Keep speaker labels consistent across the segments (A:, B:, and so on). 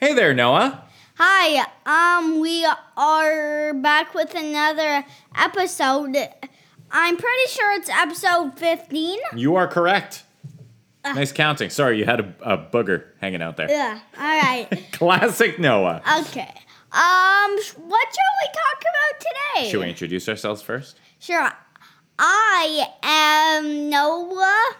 A: there, Noah?
B: Hi, um, we are back with another episode. I'm pretty sure it's episode 15.
A: You are correct.
B: Ah.
A: nice counting. Sorry, you had a, a booger hanging out there.
B: Yeah, all right.
A: Classic Noah.
B: okay. Um, sh- what shall we talk about today?
A: Should we introduce ourselves first?
B: Sure. I am Noah.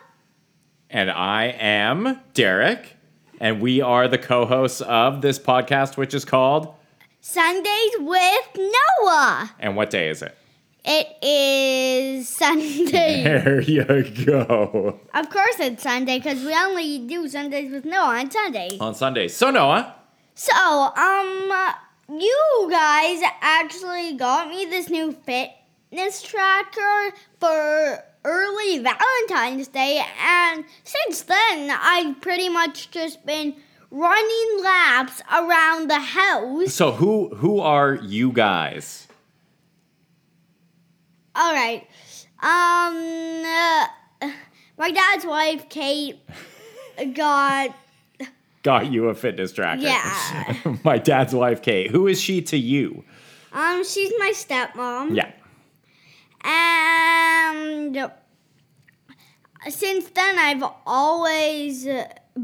A: And I am Derek, and we are the co hosts of this podcast, which is called
B: Sundays with Noah.
A: And What Day Is It?
B: It is Sunday.
A: There you go.
B: of course, it's Sunday because we only do Sundays with Noah on Sunday.
A: On Sundays. So, Noah,
B: So, um, you guys actually got me this new fitness tracker for early Valentine's Day, and since then, I've pretty much just been running laps around the house.
A: so who who are you guys?
B: All right. Um, uh, my dad's wife, Kate, got
A: Got you a fitness tracker.
B: Yeah.
A: My dad's wife, Kate. Who is she to you?
B: um, she's my stepmom.
A: Yeah.
B: And since then, I've always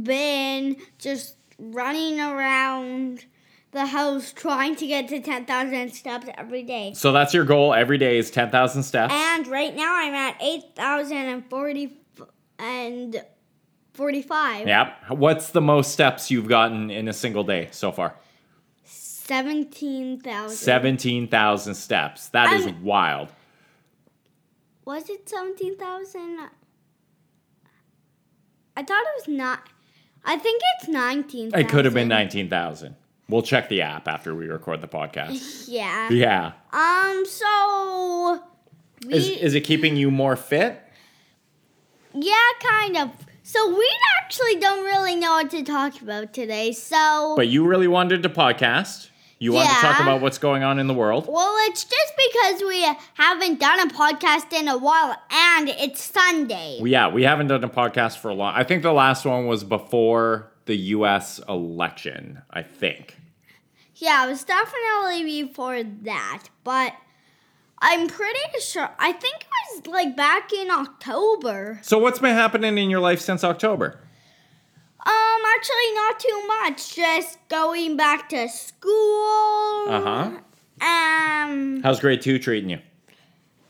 B: been just running around the house trying to get to 10,000 steps every day.
A: So that's your goal every day is 10,000 steps.
B: And right now, I'm at 8,040 and 45.
A: Yep. What's the most steps you've gotten in a single day so far?
B: 17,000.
A: 17,000 steps. That is
B: I'm-
A: wild.
B: Was it 17,000? I thought it was not. I think it's 19,000.
A: It could have been 19,000. We'll check the app after we record the podcast.
B: Yeah.
A: Yeah.
B: Um. So we,
A: Is, is it keeping you more fit?
B: yeah, kind of. So we actually don't really know what to talk about today. So
A: But you really wanted to podcast. You wanted to talk
B: Yeah.
A: about what's going on in the world.
B: well, it's just because we haven't done a podcast in a while, and it's Sunday.
A: Yeah, we haven't done a podcast for a long. I think the last one was before the US election, I think.
B: yeah, it was definitely before that, but. I'm pretty sure. I think it was like back in October.
A: So what's been happening in your life since October?
B: Um, actually, not too much. Just going back to school.
A: Uh-huh.
B: Um.
A: How's grade 2 treating you?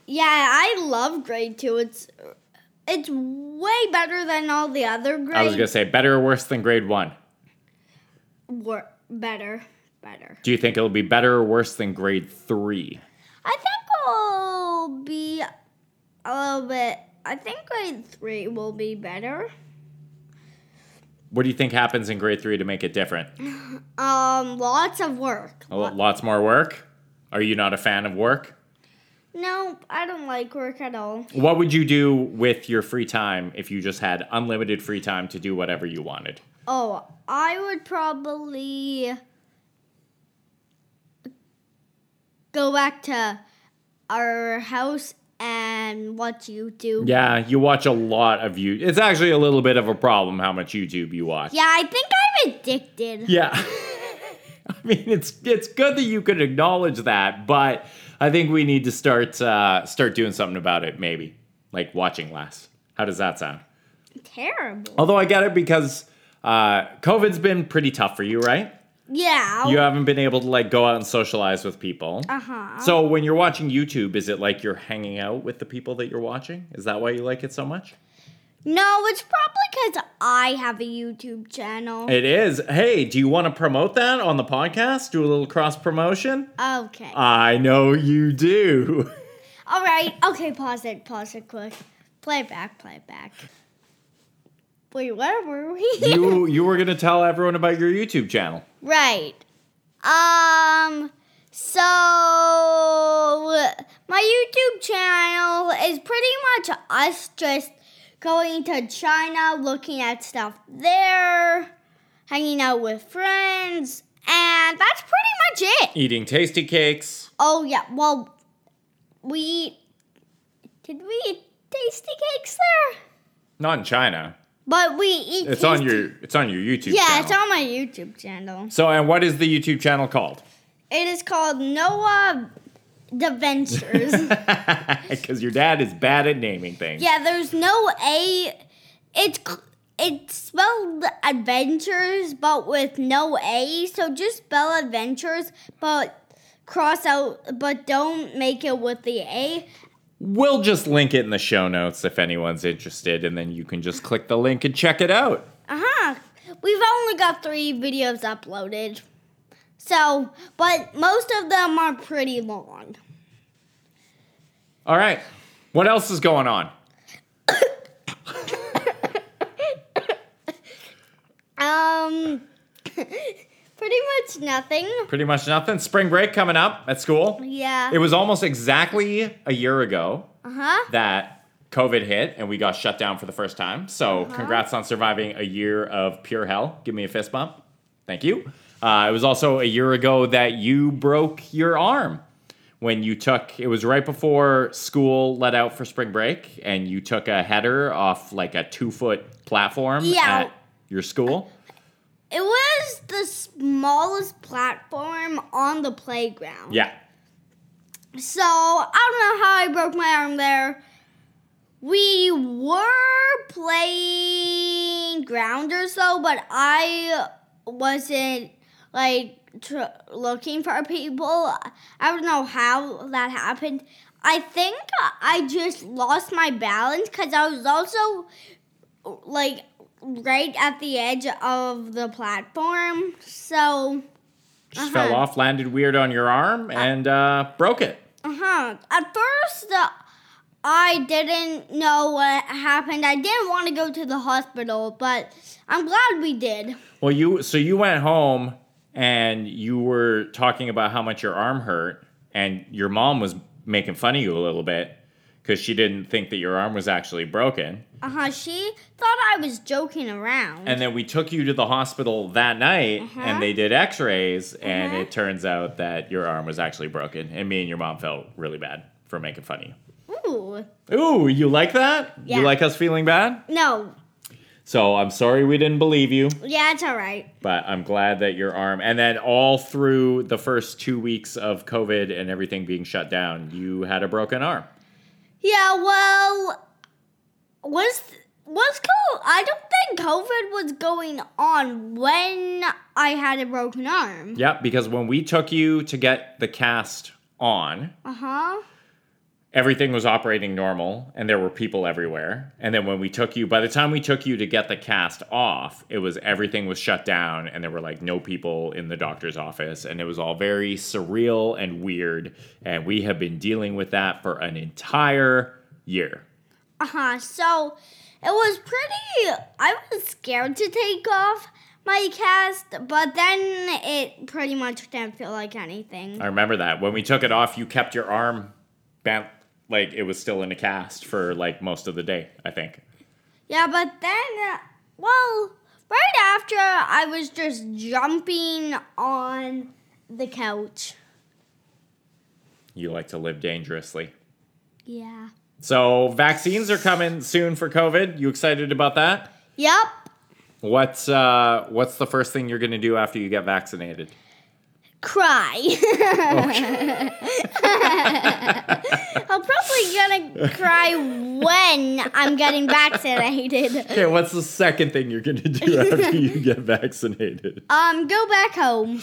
B: Yeah, I love grade two. It's it's way better than all the other grades.
A: I was going to say better or worse than grade 1.
B: Wor- better, better.
A: Do you think it'll be better or worse than grade 3?
B: I think we'll be a little bit. I think grade three will be better.
A: What do you think happens in grade 3 to make it different?
B: Um, lots of work.
A: A lo- Lots more work? Are you not a fan of work?
B: No, I don't like work at all.
A: What would you do with your free time if you just had unlimited free time to do whatever you wanted?
B: Oh, I would probably go back to our house and watch YouTube.
A: Yeah, you watch a lot of you. It's actually a little bit of a problem how much YouTube you watch.
B: Yeah, I think I'm addicted.
A: Yeah. I mean, it's it's good that you could acknowledge that, but I think we need to start uh, start doing something about it. Maybe like watching less. How does that sound?
B: Terrible.
A: Although I get it because uh, COVID's been pretty tough for you, right?
B: Yeah.
A: You haven't been able to like go out and socialize with people.
B: uh huh.
A: So when you're watching YouTube, is it like you're hanging out with the people that you're watching? Is that why you like it so much?
B: No, it's probably because I have a YouTube channel.
A: It is. Hey, do you want to promote that on the podcast? Do a little cross promotion?
B: Okay.
A: I know you do.
B: All right. Okay, pause it. Pause it quick. Play it back. Play it back. Wait, where were we?
A: you you were gonna tell everyone about your YouTube channel.
B: Right. Um so my YouTube channel is pretty much us just going to China, looking at stuff there, hanging out with friends, and that's pretty much it.
A: Eating tasty cakes.
B: Oh yeah, well we did we eat tasty cakes there?
A: Not in China.
B: But we eat.
A: It's on
B: tasty-
A: your it's on your YouTube
B: Yeah,
A: channel.
B: it's on my YouTube channel.
A: so and what is the YouTube channel called?
B: It is called Noah the Ventures.
A: Because your dad is bad at naming things.
B: yeah, there's no A. It's c- it's spelled adventures, but with no A. So just spell adventures, but cross out, but don't make it with the A.
A: We'll just link it in the show notes if anyone's interested, and then you can just click the link and check it out.
B: Uh huh. We've only got three videos uploaded. So, but most of them are pretty long.
A: All right. What else is going on?
B: Um, pretty much nothing.
A: Pretty much nothing. Spring break coming up at school.
B: Yeah.
A: It was almost exactly a year ago
B: Uh huh.
A: that COVID hit and we got shut down for the first time. So,
B: Uh-huh.
A: congrats on surviving a year of pure hell. Give me a fist bump. Thank you. Uh, it was also a year ago that you broke your arm when you took, it was right before school let out for spring break, and you took a header off like a two foot platform
B: Yeah.
A: at your school.
B: It was the smallest platform on the playground.
A: Yeah.
B: So, I don't know how I broke my arm there. We were playing grounders though, but I wasn't like tr- looking for people. I don't know how that happened. I think I just lost my balance because I was also like right at the edge of the platform. So,
A: Just
B: Uh-huh.
A: fell off, landed weird on your arm, and uh, broke it.
B: Uh-huh. At first, uh, I didn't know what happened. I didn't want to go to the hospital, but I'm glad we did.
A: Well, you so you went home and you were talking about how much your arm hurt, and your mom was making fun of you a little bit because she didn't think that your arm was actually broken.
B: Uh-huh. She thought I was joking around.
A: And then we took you to the hospital that night, and they did X-rays, and
B: Uh-huh.
A: it turns out that your arm was actually broken. And me and your mom felt really bad for making fun of you.
B: Ooh.
A: Ooh, you like that?
B: Yeah.
A: You like us feeling bad?
B: No.
A: So I'm sorry we didn't believe you.
B: Yeah, it's all right.
A: but I'm glad that your arm. And then all through the first two weeks of COVID and everything being shut down, you had a broken arm.
B: Yeah, well, was was cool. I don't think COVID was going on when I had a broken arm.
A: Yep, because when we took you to get the cast on,
B: Uh-huh.
A: everything was operating normal and there were people everywhere. And then when we took you, by the time we took you to get the cast off, it was everything was shut down and there were like no people in the doctor's office and it was all very surreal and weird. And we have been dealing with that for an entire year.
B: Uh huh. So it was pretty. I was scared to take off my cast, but then it pretty much didn't feel like anything.
A: I remember that. When we took it off, you kept your arm bent like it was still in a cast for like most of the day, I think.
B: Yeah, but then, uh, well, right after, I was just jumping on the couch.
A: You like to live dangerously.
B: Yeah.
A: So, vaccines are coming soon for COVID. You excited about that?
B: Yep.
A: What's uh what's the first thing you're going to do after you get vaccinated?
B: Cry.
A: Okay.
B: I'm probably gonna cry when I'm getting vaccinated.
A: okay, what's the second thing you're going to do after you get vaccinated?
B: Um, go back home.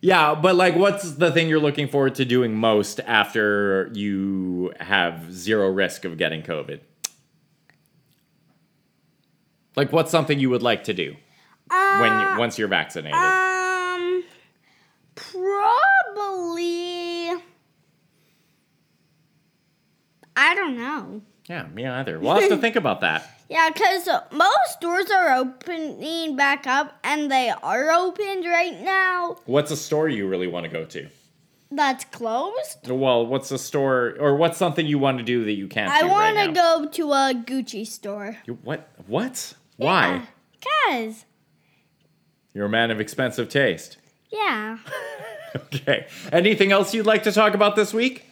A: Yeah, but like, what's the thing you're looking forward to doing most after you have zero risk of getting COVID? Like, what's something you would like to do
B: Um,
A: when you, once you're vaccinated?
B: Um, probably. I don't know.
A: yeah, me either. We'll have to think about that.
B: Yeah, because most stores are opening back up, and they are opened right now.
A: What's a store you really want to go to?
B: That's closed.
A: Well, what's a store or what's something you want to do that you can't?
B: I
A: do
B: want
A: right
B: to
A: now?
B: go to a Gucci store. Uh,
A: You- What? What? Why?
B: Because,
A: You're a man of expensive taste.
B: yeah.
A: Okay. Anything else you'd like to talk about this week?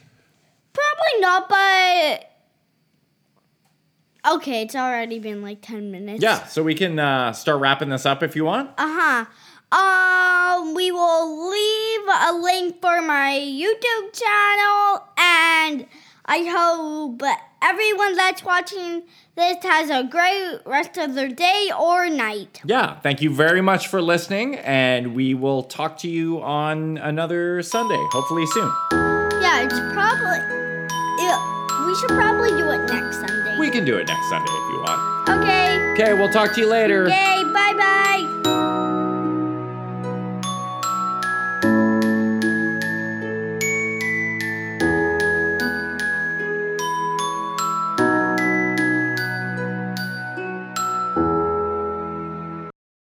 B: Probably not, but Okay, it's already been like 10 minutes.
A: Yeah, so we can uh, start wrapping this up if you want.
B: Uh huh. Um, we will leave a link for my YouTube channel, and I hope everyone that's watching this has a great rest of their day or night.
A: Yeah, thank you very much for listening, and we will talk to you on another Sunday, hopefully soon.
B: Yeah, it's probably. Yeah, we should probably do it next Sunday.
A: We can do it next Sunday if you want.
B: okay.
A: Okay, we'll talk to you later.
B: Yay, bye bye.